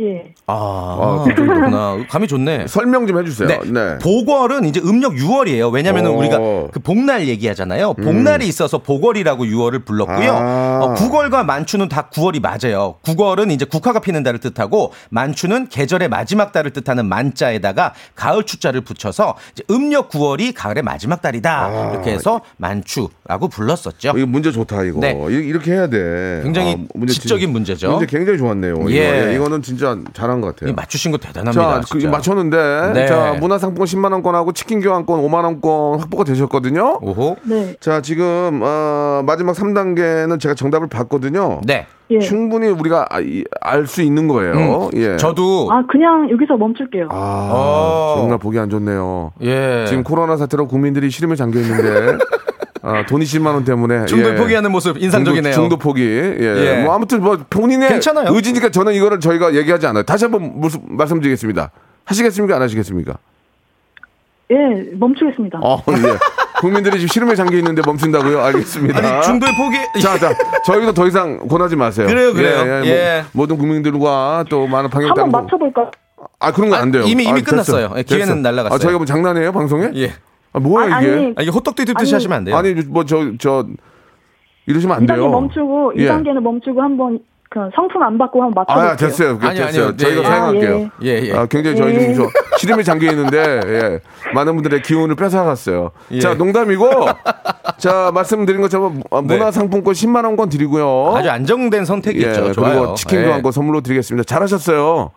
Speaker 6: 예.
Speaker 10: 아,
Speaker 3: 아,
Speaker 10: 그렇구나. 감이 좋네.
Speaker 3: 설명 좀 해주세요.
Speaker 10: 네. 복월은 이제 음력 6월이에요. 왜냐면은
Speaker 3: 어. 음.
Speaker 10: 우리가 그 복날 얘기하잖아요. 복날이 있어서 복월이라고 6월을 불렀고요.
Speaker 3: 아.
Speaker 10: 어, 국월과 만추는 다 9월이 맞아요. 국월은 이제 국화가 피는 달을 뜻하고 만추는 계절의 마지막 달을 뜻하는 만자에다가 가을 추자를 붙여서 이제 음력 9월이 가을의 마지막 달이다.
Speaker 3: 아.
Speaker 10: 이렇게 해서 만추라고 불렀었죠.
Speaker 3: 이거 문제 좋다 이거
Speaker 10: 네.
Speaker 3: 이- 이렇게 해야 돼. 아,
Speaker 10: 굉장히
Speaker 3: 진-
Speaker 10: 지적인 문제죠.
Speaker 3: 문제 굉장히 좋았네요. 이거.
Speaker 10: 예.
Speaker 3: 예, 이거는 진짜 잘한 것
Speaker 10: 이
Speaker 3: 같아요.
Speaker 10: 맞추신 거
Speaker 3: 자,
Speaker 10: 대단합니다.
Speaker 3: 그,
Speaker 10: 진짜.
Speaker 3: 맞췄는데
Speaker 10: 네.
Speaker 3: 자 문화상품권 10만 원권하고 치킨 교환권 5만 원권 확보가 되셨거든요.
Speaker 10: 오호.
Speaker 6: 네.
Speaker 3: 자 지금 어, 마지막 3단계는 제가 정답을 봤거든요.
Speaker 10: 네.
Speaker 6: 예.
Speaker 3: 충분히 우리가 아, 알 수 있는 거예요. 예.
Speaker 10: 음. 저도
Speaker 6: 아, 그냥 여기서 멈출게요.
Speaker 3: 아,
Speaker 10: 어.
Speaker 3: 정말 보기 안 좋네요.
Speaker 10: 예.
Speaker 3: 지금 코로나 사태로 국민들이 시름에 잠겨 있는데 아, 돈이 10만 원 때문에
Speaker 10: 중도
Speaker 3: 예.
Speaker 10: 포기하는 모습 인상적이네요.
Speaker 3: 중도, 중도 포기. 예.
Speaker 10: 예.
Speaker 3: 뭐 아무튼 뭐 본인의
Speaker 10: 괜찮아요.
Speaker 3: 의지니까 저는 이거를 저희가 얘기하지 않아요. 다시 한번 무슨- 말씀드리겠습니다. 하시겠습니까? 안 하시겠습니까?
Speaker 6: 예, 멈추겠습니다.
Speaker 3: 어, 예. 국민들이 지금 시름에 잠겨 있는데 멈춘다고요? 알겠습니다.
Speaker 10: 아니, 중도에 포기.
Speaker 3: 자, 자, 저희도 더 이상 권하지 마세요.
Speaker 10: 그래요, 그래요. 예.
Speaker 3: 뭐, 모든 국민들과 또 많은 방역
Speaker 6: 한번
Speaker 3: 당국.
Speaker 6: 맞춰볼까?
Speaker 3: 아, 그런 거 안 돼요.
Speaker 10: 아, 이미-
Speaker 3: 아,
Speaker 10: 이미
Speaker 3: 됐어.
Speaker 10: 끝났어요. 예, 기회는
Speaker 3: 됐어.
Speaker 10: 날라갔어요.
Speaker 3: 아, 저희가 뭐 장난해요, 방송에?
Speaker 10: 예.
Speaker 3: 아, 뭐야,
Speaker 6: 아,
Speaker 3: 이게?
Speaker 6: 아니,
Speaker 10: 아, 이게 호떡도
Speaker 6: 아니,
Speaker 10: 뜯듯이 하시면 안 돼요.
Speaker 3: 아니, 뭐, 저, 저, 이러시면 안
Speaker 6: 2단계
Speaker 3: 돼요.
Speaker 6: 멈추고,
Speaker 3: 예.
Speaker 6: 2단계는 멈추고 한번 그 성품 안 받고 한번 맞춰볼게요.
Speaker 3: 아, 됐어요. 그,
Speaker 10: 아니,
Speaker 3: 됐어요.
Speaker 10: 아니요.
Speaker 3: 저희가
Speaker 10: 예, 예.
Speaker 3: 사용할게요.
Speaker 6: 아, 예.
Speaker 10: 예, 예.
Speaker 3: 아, 굉장히 저희
Speaker 6: 예.
Speaker 3: 지금 저 시름이 잠겨 있는데 예. 많은 분들의 기운을 뺏어갔어요.
Speaker 10: 예.
Speaker 3: 자 농담이고 자 말씀드린 것처럼 어,
Speaker 10: 네.
Speaker 3: 문화상품권 10만 원권 드리고요.
Speaker 10: 아주 안정된
Speaker 3: 예,
Speaker 10: 선택이죠. 좋아요.
Speaker 3: 그리고 치킨
Speaker 10: 예.
Speaker 3: 교환권 선물로 드리겠습니다. 잘하셨어요.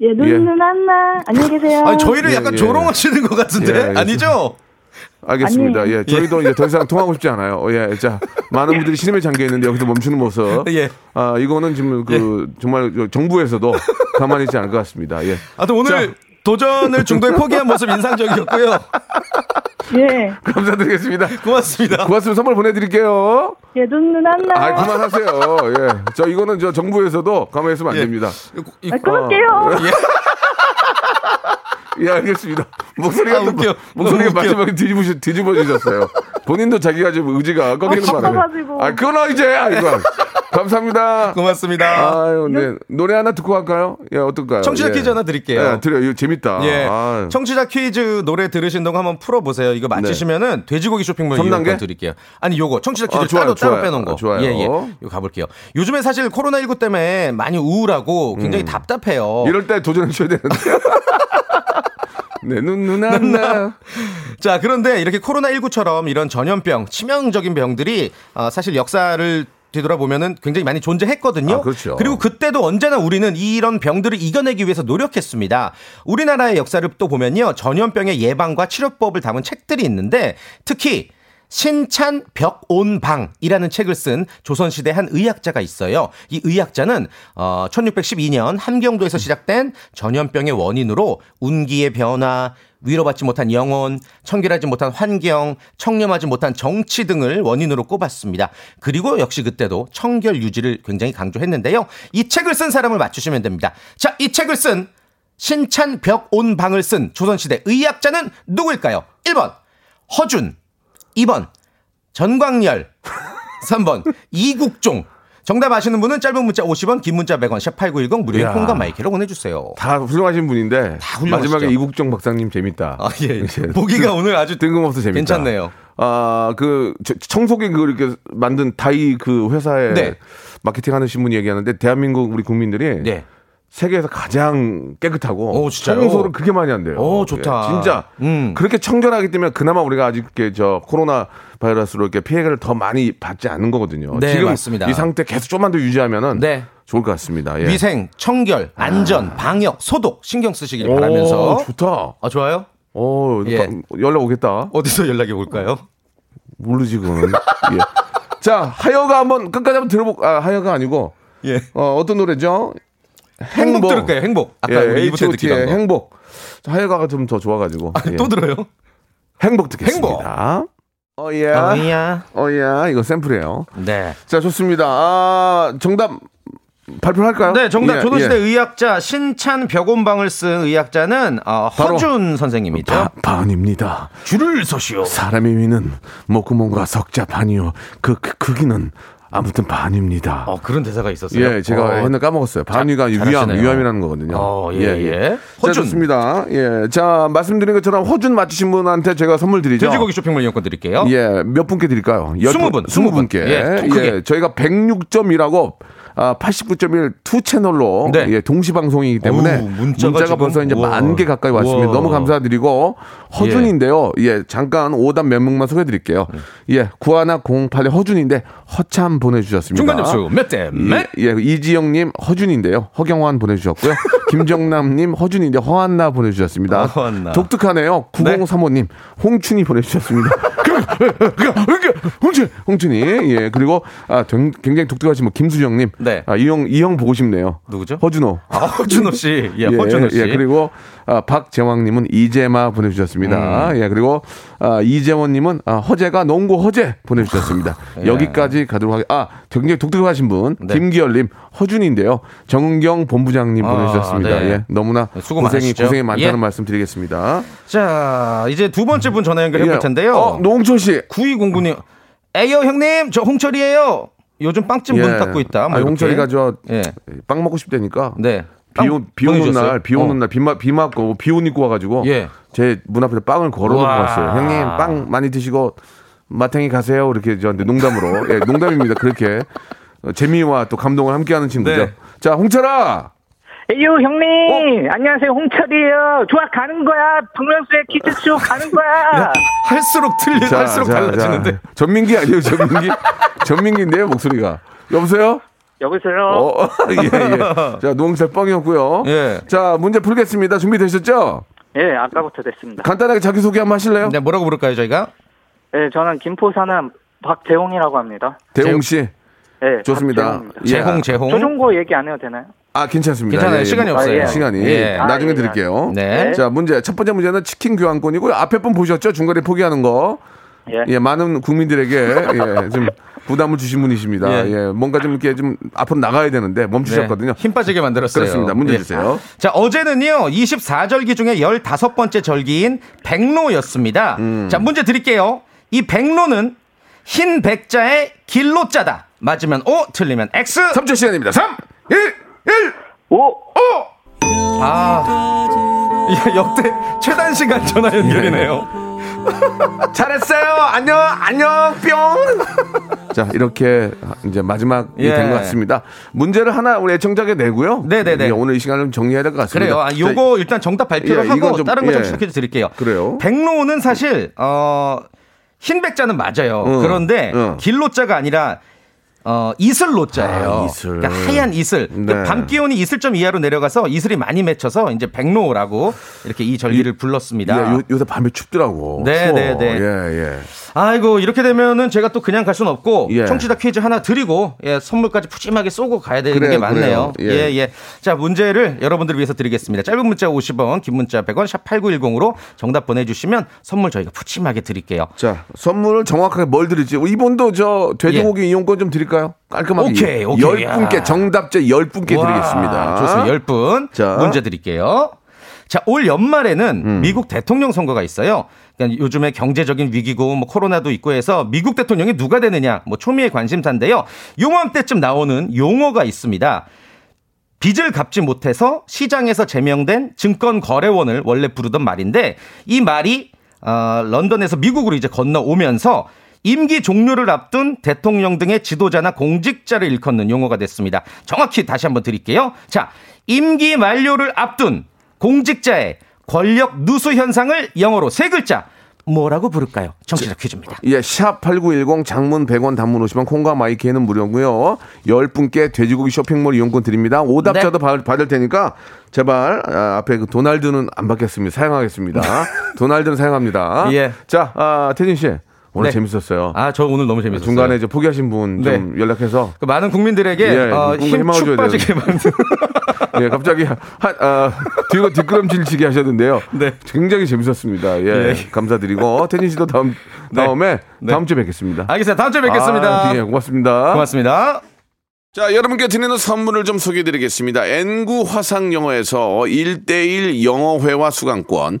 Speaker 6: 예,
Speaker 3: 예.
Speaker 6: 눈눈 안나. 안녕히 계세요.
Speaker 10: 아니 저희를
Speaker 3: 예,
Speaker 10: 약간
Speaker 3: 예.
Speaker 10: 조롱하시는 것
Speaker 3: 예,
Speaker 10: 같은데
Speaker 3: 알겠습니다.
Speaker 10: 아니죠?
Speaker 3: 알겠습니다.
Speaker 6: 아니에요.
Speaker 3: 예, 저희도 이제 더 이상 통하고 싶지 않아요. 어, 예, 자 많은 분들이 시름에 잠겨 있는데 여기서 멈추는 모습.
Speaker 10: 예.
Speaker 3: 아 이거는 지금 그 정말 정부에서도 가만히 있지 않을 것 같습니다. 예.
Speaker 10: 아무튼 오늘 도전을 중도에 포기한 모습 인상적이었고요.
Speaker 6: 예.
Speaker 3: 감사드리겠습니다.
Speaker 10: 고맙습니다.
Speaker 3: 고맙습니다. 선물 보내드릴게요.
Speaker 6: 예, 눈눈 안나.
Speaker 3: 아, 그만하세요. 예. 저 이거는 저 정부에서도 가만히 있으면 안
Speaker 10: 예.
Speaker 3: 됩니다.
Speaker 10: 이-
Speaker 6: 아, 끊을게요.
Speaker 3: 어, 예, 알겠습니다. 목소리가
Speaker 10: 아, 웃겨.
Speaker 3: 또- 목소리가
Speaker 10: 너무 웃겨.
Speaker 3: 마지막에 뒤집으시, 뒤집어지셨어요. 본인도 자기가 지금 의지가 꺾이는
Speaker 6: 아,
Speaker 3: 바람에.
Speaker 6: 바빠가지고.
Speaker 3: 아, 끊어 이제. 아이고. 감사합니다.
Speaker 10: 고맙습니다.
Speaker 3: 아유, 네. 노래 하나 듣고 갈까요? 예, 어떨까요?
Speaker 10: 청취자
Speaker 3: 예.
Speaker 10: 퀴즈 하나 드릴게요.
Speaker 3: 예, 드려. 이거 재밌다.
Speaker 10: 예,
Speaker 3: 아유. 네.
Speaker 10: 청취자 퀴즈 노래 들으신다고 한번 풀어보세요. 이거 맞히시면은 돼지고기 쇼핑몰
Speaker 3: 삼 단계?
Speaker 10: 이용권 드릴게요. 아니 요거 청취자 퀴즈
Speaker 3: 아, 좋아요,
Speaker 10: 따로
Speaker 3: 좋아요.
Speaker 10: 따로 빼놓은 거.
Speaker 3: 아, 좋아요.
Speaker 10: 예, 예. 이거 가볼게요. 요즘에 사실 코로나 19 때문에
Speaker 3: 음.
Speaker 10: 많이 우울하고 굉장히 답답해요.
Speaker 3: 이럴 때 도전해 주셔야 되는데. 내눈 누나 나.
Speaker 10: 자, 그런데 이렇게 코로나19처럼 이런 전염병, 치명적인 병들이 어, 사실 역사를 되돌아보면은 굉장히 많이 존재했거든요.
Speaker 3: 그렇죠.
Speaker 10: 리고 그때도 언제나 우리는 이런 병들을 이겨내기 위해서 노력했습니다. 우리나라의 역사를 또 보면요. 전염병의 예방과 치료법을 담은 책들이 있는데 특히 신찬 벽온방이라는 책을 쓴 조선시대 한 의학자가 있어요. 이 의학자는 어, 1612년 함경도에서 시작된 전염병의 원인으로 운기의 변화, 위로받지 못한 영혼, 청결하지 못한 환경, 청렴하지 못한 정치 등을 원인으로 꼽았습니다. 그리고 역시 그때도 청결 유지를 굉장히 강조했는데요. 이 책을 쓴 사람을 맞추시면 됩니다. 자, 이 책을 쓴 신찬 벽온 방을 쓴 조선시대 의학자는 누구일까요? 1번 허준, 2번 전광열, 3번 이국종. 정답 아시는 분은 짧은 문자 50원, 긴 문자 100원, 샵8910 무료인
Speaker 3: 야.
Speaker 10: 콩과 마이크로 보내주세요.
Speaker 3: 다 훌륭하신 분인데
Speaker 10: 훌륭하시죠.
Speaker 3: 마지막에 이국종 박사님 재밌다.
Speaker 10: 아, 예. 보기가 오늘 아주
Speaker 3: 뜬금없어 재밌다.
Speaker 10: 괜찮네요.
Speaker 3: 아그 청소기 그 이렇게 만든 다이 그 회사에
Speaker 10: 네.
Speaker 3: 마케팅 하는 신분이 얘기하는데 대한민국 우리 국민들이 세계에서 가장 깨끗하고
Speaker 10: 네. 진짜요?
Speaker 3: 청소를 그렇게 많이 한대요.
Speaker 10: 오, 좋다. 음.
Speaker 3: 예, 진짜 그렇게 청결하기 때문에 그나마 우리가 아직 이렇게 저 코로나 바이러스로 이렇게 피해를 더 많이 받지 않는 거거든요.
Speaker 10: 네,
Speaker 3: 지금
Speaker 10: 맞습니다. 네.
Speaker 3: 이 상태 계속 좀만 더 유지하면은 좋을 것 같습니다. 예. 아.
Speaker 10: 위생, 청결, 안전, 방역, 소독 신경 쓰시길
Speaker 3: 오,
Speaker 10: 바라면서
Speaker 3: 좋다.
Speaker 10: 아 좋아요?
Speaker 3: 어
Speaker 10: 예.
Speaker 3: 연락 오겠다.
Speaker 10: 어디서 연락이 올까요?
Speaker 3: 모르지 그건. 예. 자 하여가 한번 끝까지 한번 들어보. 아 하여가 아니고. 어 어떤 노래죠?
Speaker 10: 예. 행복 들을까요? 행복. 아까
Speaker 3: 예,
Speaker 10: 우리 이부 때
Speaker 3: H.O.T.의 의
Speaker 10: 듣기로 한 거.
Speaker 3: 행복. 자, 하여가가 좀 더 좋아가지고. 예.
Speaker 10: 또 들어요?
Speaker 3: 행복 듣겠습니다. 어예.
Speaker 10: 어이야.
Speaker 3: 어예. 이거 샘플이에요.
Speaker 10: 네.
Speaker 3: 자 좋습니다. 아 정답 발표할까요?
Speaker 10: 네, 정답
Speaker 3: 예,
Speaker 10: 조선시대
Speaker 3: 예.
Speaker 10: 의학자 신찬 벽온방을 쓴 의학자는 어,
Speaker 3: 바로
Speaker 10: 허준 선생님이죠.
Speaker 3: 반입니다.
Speaker 10: 줄을 서시오.
Speaker 3: 사람의 위는 목구멍과 석자 반이요. 그, 그 크기는 아무튼 반입니다.
Speaker 10: 어, 그런 대사가 있었어요.
Speaker 3: 예, 제가
Speaker 10: 어.
Speaker 3: 옛날 까먹었어요. 반위가
Speaker 10: 자,
Speaker 3: 위암,
Speaker 10: 잘하시네요.
Speaker 3: 위암이라는 거거든요.
Speaker 10: 어, 예, 예.
Speaker 3: 자,
Speaker 10: 허준.
Speaker 3: 좋습니다. 예. 자, 말씀드린 것처럼 허준 맞히신 분한테 제가 선물 드리죠.
Speaker 10: 돼지고기 쇼핑몰 이용권 드릴게요.
Speaker 3: 예, 몇 분께 드릴까요? 열
Speaker 10: 스무 분, 스무 분.
Speaker 3: 분께.
Speaker 10: 예, 통 크게.
Speaker 3: 저희가 106.1하고 아, 89.1 투 채널로
Speaker 10: 네.
Speaker 3: 예, 동시 방송이기 때문에
Speaker 10: 어우, 문자가
Speaker 3: 문자가,
Speaker 10: 지금-
Speaker 3: 벌써 이제
Speaker 10: 우와.
Speaker 3: 만 개 가까이 왔습니다.
Speaker 10: 우와.
Speaker 3: 너무 감사드리고 허준인데요. 예, 잠깐 오답 몇 명만 소개해 드릴게요. 예, 9108의 허준인데 허참 보내 주셨습니다.
Speaker 10: 중간 점수 몇 대 몇?
Speaker 3: 예, 예, 이지영님 허준인데요. 허경환 보내주셨고요. 김정남님 허준인데 허한나 보내주셨습니다.
Speaker 10: 아, 허한나.
Speaker 3: 독특하네요. 9035님 홍춘이 보내주셨습니다. 홍춘 홍춘이 예 그리고 아 된- 굉장히 독특하신 분 김수정님 아, 이형 이형 보고 싶네요. 누구죠? 허준호.
Speaker 10: 아, 허준호 씨. 예, 허준호 씨.
Speaker 3: 예, 그리고 아, 박재왕님은 이재마
Speaker 10: 음.
Speaker 3: 보내주셨습니다. 예, 그리고 아, 이재원님은 아, 허재가 농구 허재 보내주셨습니다.
Speaker 10: 아,
Speaker 13: 예.
Speaker 3: 여기까지 가도록 하겠. 아, 굉장히 독특하신 분 김기열님 허준인데요. 정은경 본부장님
Speaker 10: 네. 아,
Speaker 3: 보내주셨습니다.
Speaker 10: 네.
Speaker 3: 예, 너무나
Speaker 10: 수고
Speaker 3: 고생이
Speaker 10: 많으시죠?
Speaker 3: 고생이 많다는
Speaker 10: 예.
Speaker 3: 말씀드리겠습니다.
Speaker 10: 자, 이제 두 번째 분 전화 연결해
Speaker 3: 예.
Speaker 10: 볼 텐데요. 예.
Speaker 3: 어, 노홍철 씨.
Speaker 10: 9209님. 에이요, 형님. 저 홍철이에요. 요즘 빵집 문
Speaker 3: 예.
Speaker 10: 닫고 있다. 뭐
Speaker 3: 아,
Speaker 10: 이렇게. 예.
Speaker 3: 용철이가 저 빵 먹고 싶다니까.
Speaker 10: 네.
Speaker 3: 비, 오, 비 오는
Speaker 10: 보내주셨어요?
Speaker 3: 날, 비 오는
Speaker 10: 어.
Speaker 3: 날, 비, 마, 비 맞고, 비 옷 입고 와가지고,
Speaker 10: 예.
Speaker 3: 제 문 앞에 빵을 걸어놓고
Speaker 10: 우와.
Speaker 3: 왔어요. 형님, 빵 많이 드시고, 마탱이 가세요. 이렇게 저한테 농담으로. 예, 농담입니다. 그렇게. 어, 재미와 또 감동을 함께하는 친구죠.
Speaker 14: 네.
Speaker 3: 자, 홍철아!
Speaker 14: 에유
Speaker 3: 어?
Speaker 14: 형님 안녕하세요 홍철이에요 좋아 가는 거야 박명수의 키즈쇼 가는 거야
Speaker 3: 네.
Speaker 10: 할수록 틀리,
Speaker 3: 자,
Speaker 10: 할수록
Speaker 3: 자,
Speaker 10: 달라지는데.
Speaker 3: 자. 전민기 아니에요, 전민기? 전민기인데요, 목소리가. 여보세요?
Speaker 14: 여보세요
Speaker 3: 어, 예, 예. 자, 노홍철 뻥이었고요.
Speaker 10: 예.
Speaker 3: 자, 문제 풀겠습니다. 준비되셨죠?
Speaker 14: 예 아까부터 됐습니다
Speaker 3: 간단하게 자기소개 한번 하실래요?
Speaker 10: 네, 뭐라고 부를까요, 저희가?
Speaker 14: 예 저는 김포 사는 박재홍이라고 합니다
Speaker 3: 대홍 씨.
Speaker 14: 예
Speaker 4: 아,
Speaker 3: 좋습니다.
Speaker 14: 박재홍입니다.
Speaker 3: 예. 재홍, 재홍.
Speaker 14: 조종고 얘기 안 해도 되나요
Speaker 3: 아, 괜찮습니다.
Speaker 10: 괜찮아요. 시간이
Speaker 3: 아,
Speaker 10: 없어요.
Speaker 3: 시간이.
Speaker 10: 예.
Speaker 3: 나중에
Speaker 10: 아, 예.
Speaker 3: 드릴게요.
Speaker 10: 네.
Speaker 3: 자, 문제. 첫 번째 문제는 치킨 교환권이고요. 앞에 분 보셨죠? 중간에 포기하는 거.
Speaker 14: 예.
Speaker 3: 많은 국민들에게 예, 좀 부담을 주신 분이십니다.
Speaker 10: 예.
Speaker 3: 예. 뭔가 좀 이렇게 좀 앞으로 나가야 되는데 멈추셨거든요.
Speaker 10: 네. 예. 힘 빠지게 만들었어요.
Speaker 3: 그렇습니다. 문제
Speaker 10: 예.
Speaker 3: 주세요.
Speaker 10: 자, 어제는요, 24절기 중에 15번째 절기인 백로였습니다.
Speaker 3: 음.
Speaker 10: 자, 문제 드릴게요. 이 백로는 흰 백자의 길로자다. 맞으면 O, 틀리면 X.
Speaker 3: 3초 시간입니다. 3, 1, 1,
Speaker 14: 5,
Speaker 10: 5. 아, 이게 역대 최단 시간 전화
Speaker 3: 예,
Speaker 10: 연결이네요. 잘했어요. 안녕, 안녕, 뿅.
Speaker 3: 자, 이렇게 이제 마지막이
Speaker 10: 예.
Speaker 3: 된 것 같습니다. 문제를 하나 우리 애청자에게 내고요. 네네네. 오늘 이 시간을 좀 정리해야 될 것 같습니다.
Speaker 10: 그래요. 아, 요거 일단 정답 발표를
Speaker 3: 예,
Speaker 10: 하고 다른 거좀 추적해
Speaker 3: 드릴게요. 그래요.
Speaker 10: 백로우는 사실 어 흰백자는 맞아요.
Speaker 3: 응,
Speaker 10: 그런데
Speaker 3: 응.
Speaker 10: 길로자가 아니라 어 이슬로자예요.
Speaker 3: 아, 이슬.
Speaker 10: 그러니까 하얀 이슬. 그러니까
Speaker 3: 네.
Speaker 10: 밤 기온이 이슬점 이하로 내려가서 이슬이 많이 맺혀서 이제 백로우라고 이렇게 이 절기를 불렀습니다.
Speaker 3: 예, 요, 요새 밤에 춥더라고.
Speaker 10: 네,
Speaker 3: 추워.
Speaker 10: 네, 네.
Speaker 3: 예, 예.
Speaker 10: 아이고 이렇게 되면은 제가 또 그냥 갈 수는 없고
Speaker 3: 예.
Speaker 10: 청취자 퀴즈 하나 드리고 예, 선물까지 푸짐하게 쏘고 가야 되는
Speaker 3: 그래요,
Speaker 10: 게 맞네요.
Speaker 3: 그래요.
Speaker 10: 예예.
Speaker 3: 예.
Speaker 10: 자 문제를 여러분들 을 위해서 드리겠습니다. 짧은 문자 50원, 긴 문자 100원, 샵 #8910으로 정답 보내주시면 선물 저희가 푸짐하게 드릴게요.
Speaker 3: 자 선물을 정확하게 뭘 드릴지 이분도 저 돼지고기 이용권 좀 드릴까요? 깔끔하게
Speaker 10: 예. 오케이, 오케이.
Speaker 3: 열 분께
Speaker 10: 야.
Speaker 3: 정답자 열 분께 드리겠습니다.
Speaker 10: 좋습니다. 10분 문제 드릴게요. 자, 올 연말에는
Speaker 3: 음.
Speaker 10: 미국 대통령 선거가 있어요. 그러니까 요즘에 경제적인 위기고 뭐 코로나도 있고 해서 미국 대통령이 누가 되느냐 뭐 초미의 관심사인데요. 요맘때쯤 나오는 용어가 있습니다. 빚을 갚지 못해서 시장에서 제명된 증권 거래원을 원래 부르던 말인데 이 말이 어, 런던에서 미국으로 이제 건너오면서 임기 종료를 앞둔 대통령 등의 지도자나 공직자를 일컫는 용어가 됐습니다. 정확히 다시 한번 드릴게요. 자, 임기 만료를 앞둔 공직자의 권력 누수 현상을 영어로 세 글자 뭐라고 부를까요? 정치적 퀴즈입니다.
Speaker 3: 예, 샵8910 장문 100원 단문 50원 콩과 마이키에는 무료고요. 10분께 돼지고기 쇼핑몰 이용권 드립니다.
Speaker 10: 네.
Speaker 3: 오답자도 받- 받을 테니까 제발 아, 앞에 그 도날드는 안 받겠습니다. 사용하겠습니다. 도날드는 사용합니다.
Speaker 10: 예.
Speaker 3: 자, 아, 태진 씨. 오늘
Speaker 10: 네.
Speaker 3: 재밌었어요.
Speaker 10: 아, 저 오늘 너무 재밌었어요.
Speaker 3: 중간에 저 포기하신 분 좀 연락해서
Speaker 10: 그 많은 국민들에게
Speaker 3: 예,
Speaker 10: 어,
Speaker 3: 뭔가 희망을
Speaker 10: 힘축
Speaker 3: 줘야
Speaker 10: 빠지게 만든
Speaker 3: 예, 갑자기 한, 아, 뒤로 뒷걸음질 치게 하셨는데요. 굉장히 재밌었습니다. 예,
Speaker 10: 예.
Speaker 3: 감사드리고 태진 씨도 다음 다음에 다음 주에 뵙겠습니다.
Speaker 10: 알겠습니다. 다음 주에 아, 뵙겠습니다.
Speaker 3: 아, 예, 고맙습니다.
Speaker 10: 고맙습니다.
Speaker 3: 자, 여러분께 드리는 선물을 좀 소개해 드리겠습니다. N구 화상영어에서 1대1 영어회화 수강권,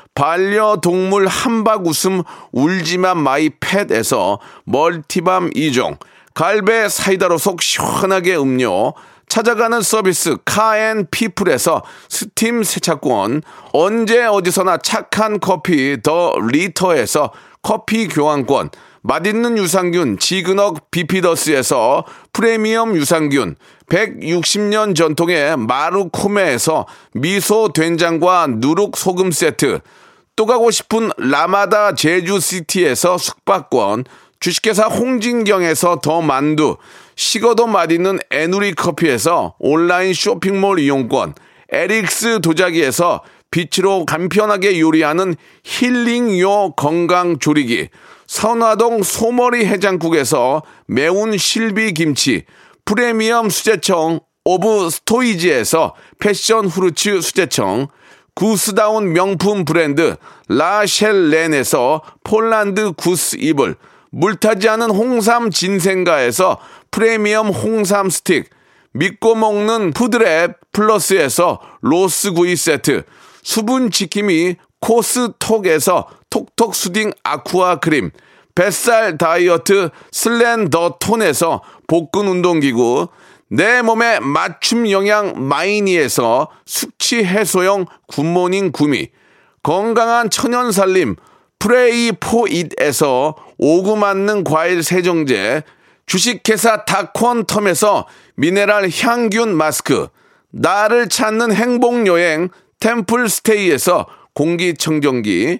Speaker 3: 반려동물 한박 웃음 울지만 마이 팻에서 멀티밤 이종 갈배 사이다로 속 시원하게 음료, 찾아가는 서비스 카앤피플에서 스팀 세차권 언제 어디서나 착한 커피 더 리터에서 커피 교환권 맛있는 유산균 지그넉 비피더스에서 프리미엄 유산균 160년 전통의 마루코메에서 미소 된장과 누룩 소금 세트 또 가고 싶은 라마다 제주시티에서 숙박권, 주식회사 홍진경에서 더 만두, 식어도 맛있는 에누리 커피에서 온라인 쇼핑몰 이용권, 에릭스 도자기에서 빛으로 간편하게 요리하는 힐링요 건강조리기, 선화동 소머리 해장국에서 매운 실비김치, 프리미엄 수제청 오브 스토이지에서 패션 후르츠 수제청, 구스다운 명품 브랜드 라셸렌에서 폴란드 구스 이불, 물타지 않은 홍삼 진생가에서 프리미엄 홍삼 스틱, 믿고 먹는 푸드랩 플러스에서 로스 구이 세트, 수분 지킴이 코스톡에서 톡톡 수딩 아쿠아 크림, 뱃살 다이어트 슬렌더 톤에서 복근 운동기구, 내 몸에 맞춤 영양 마이니에서 숙취 해소용 굿모닝 구미, 건강한 천연 살림 프레이 포잇에서 오구 맞는 과일 세정제, 주식회사 다콘텀에서 미네랄 향균 마스크, 나를 찾는 행복여행 템플스테이에서 공기청정기,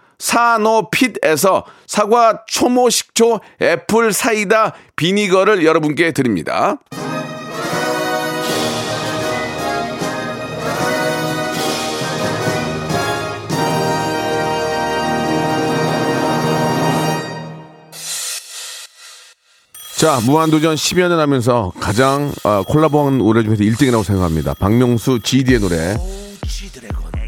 Speaker 3: 사노핏에서 사과 초모 식초 애플 사이다 비니거를 여러분께 드립니다. 자, 무한도전 10연을 하면서 가장 어, 콜라보한 노래 중에서 1등이라고 생각합니다. 박명수 GD의 노래.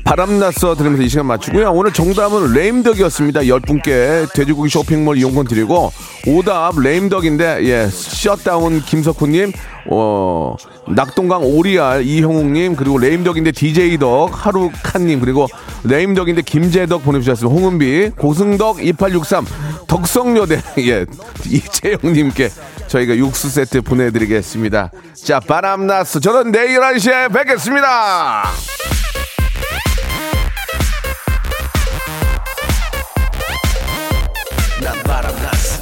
Speaker 3: 바람났어 들으면서 이 시간 마치고요. 오늘 정답은 레임덕이었습니다. 10분께 돼지고기 쇼핑몰 이용권 드리고 오답 레임덕인데 예, 셧다운 김석훈님 어, 낙동강 오리알 이형욱님 그리고 레임덕인데 DJ덕 하루칸님 그리고 레임덕인데 김재덕 보내주셨습니다. 홍은비 고승덕 2863 덕성여대 예, 이재영님께 저희가 육수 세트 보내드리겠습니다. 자 바람났어 저는 내일 11시에 뵙겠습니다.
Speaker 1: 난 바람났어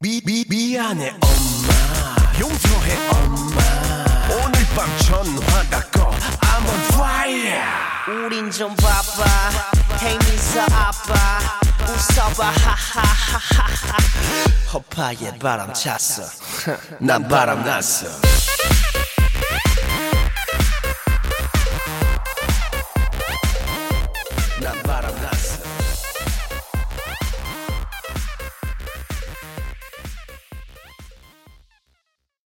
Speaker 1: 미, 미, 미안해 엄마 용서해 엄마 오늘 밤 전화가 꺼 I'm on fire
Speaker 13: 우린 좀 바빠 태민서 아빠 웃어봐 하하하하하
Speaker 1: 허파에 바람 찼어 난 바람났어 난 바람났어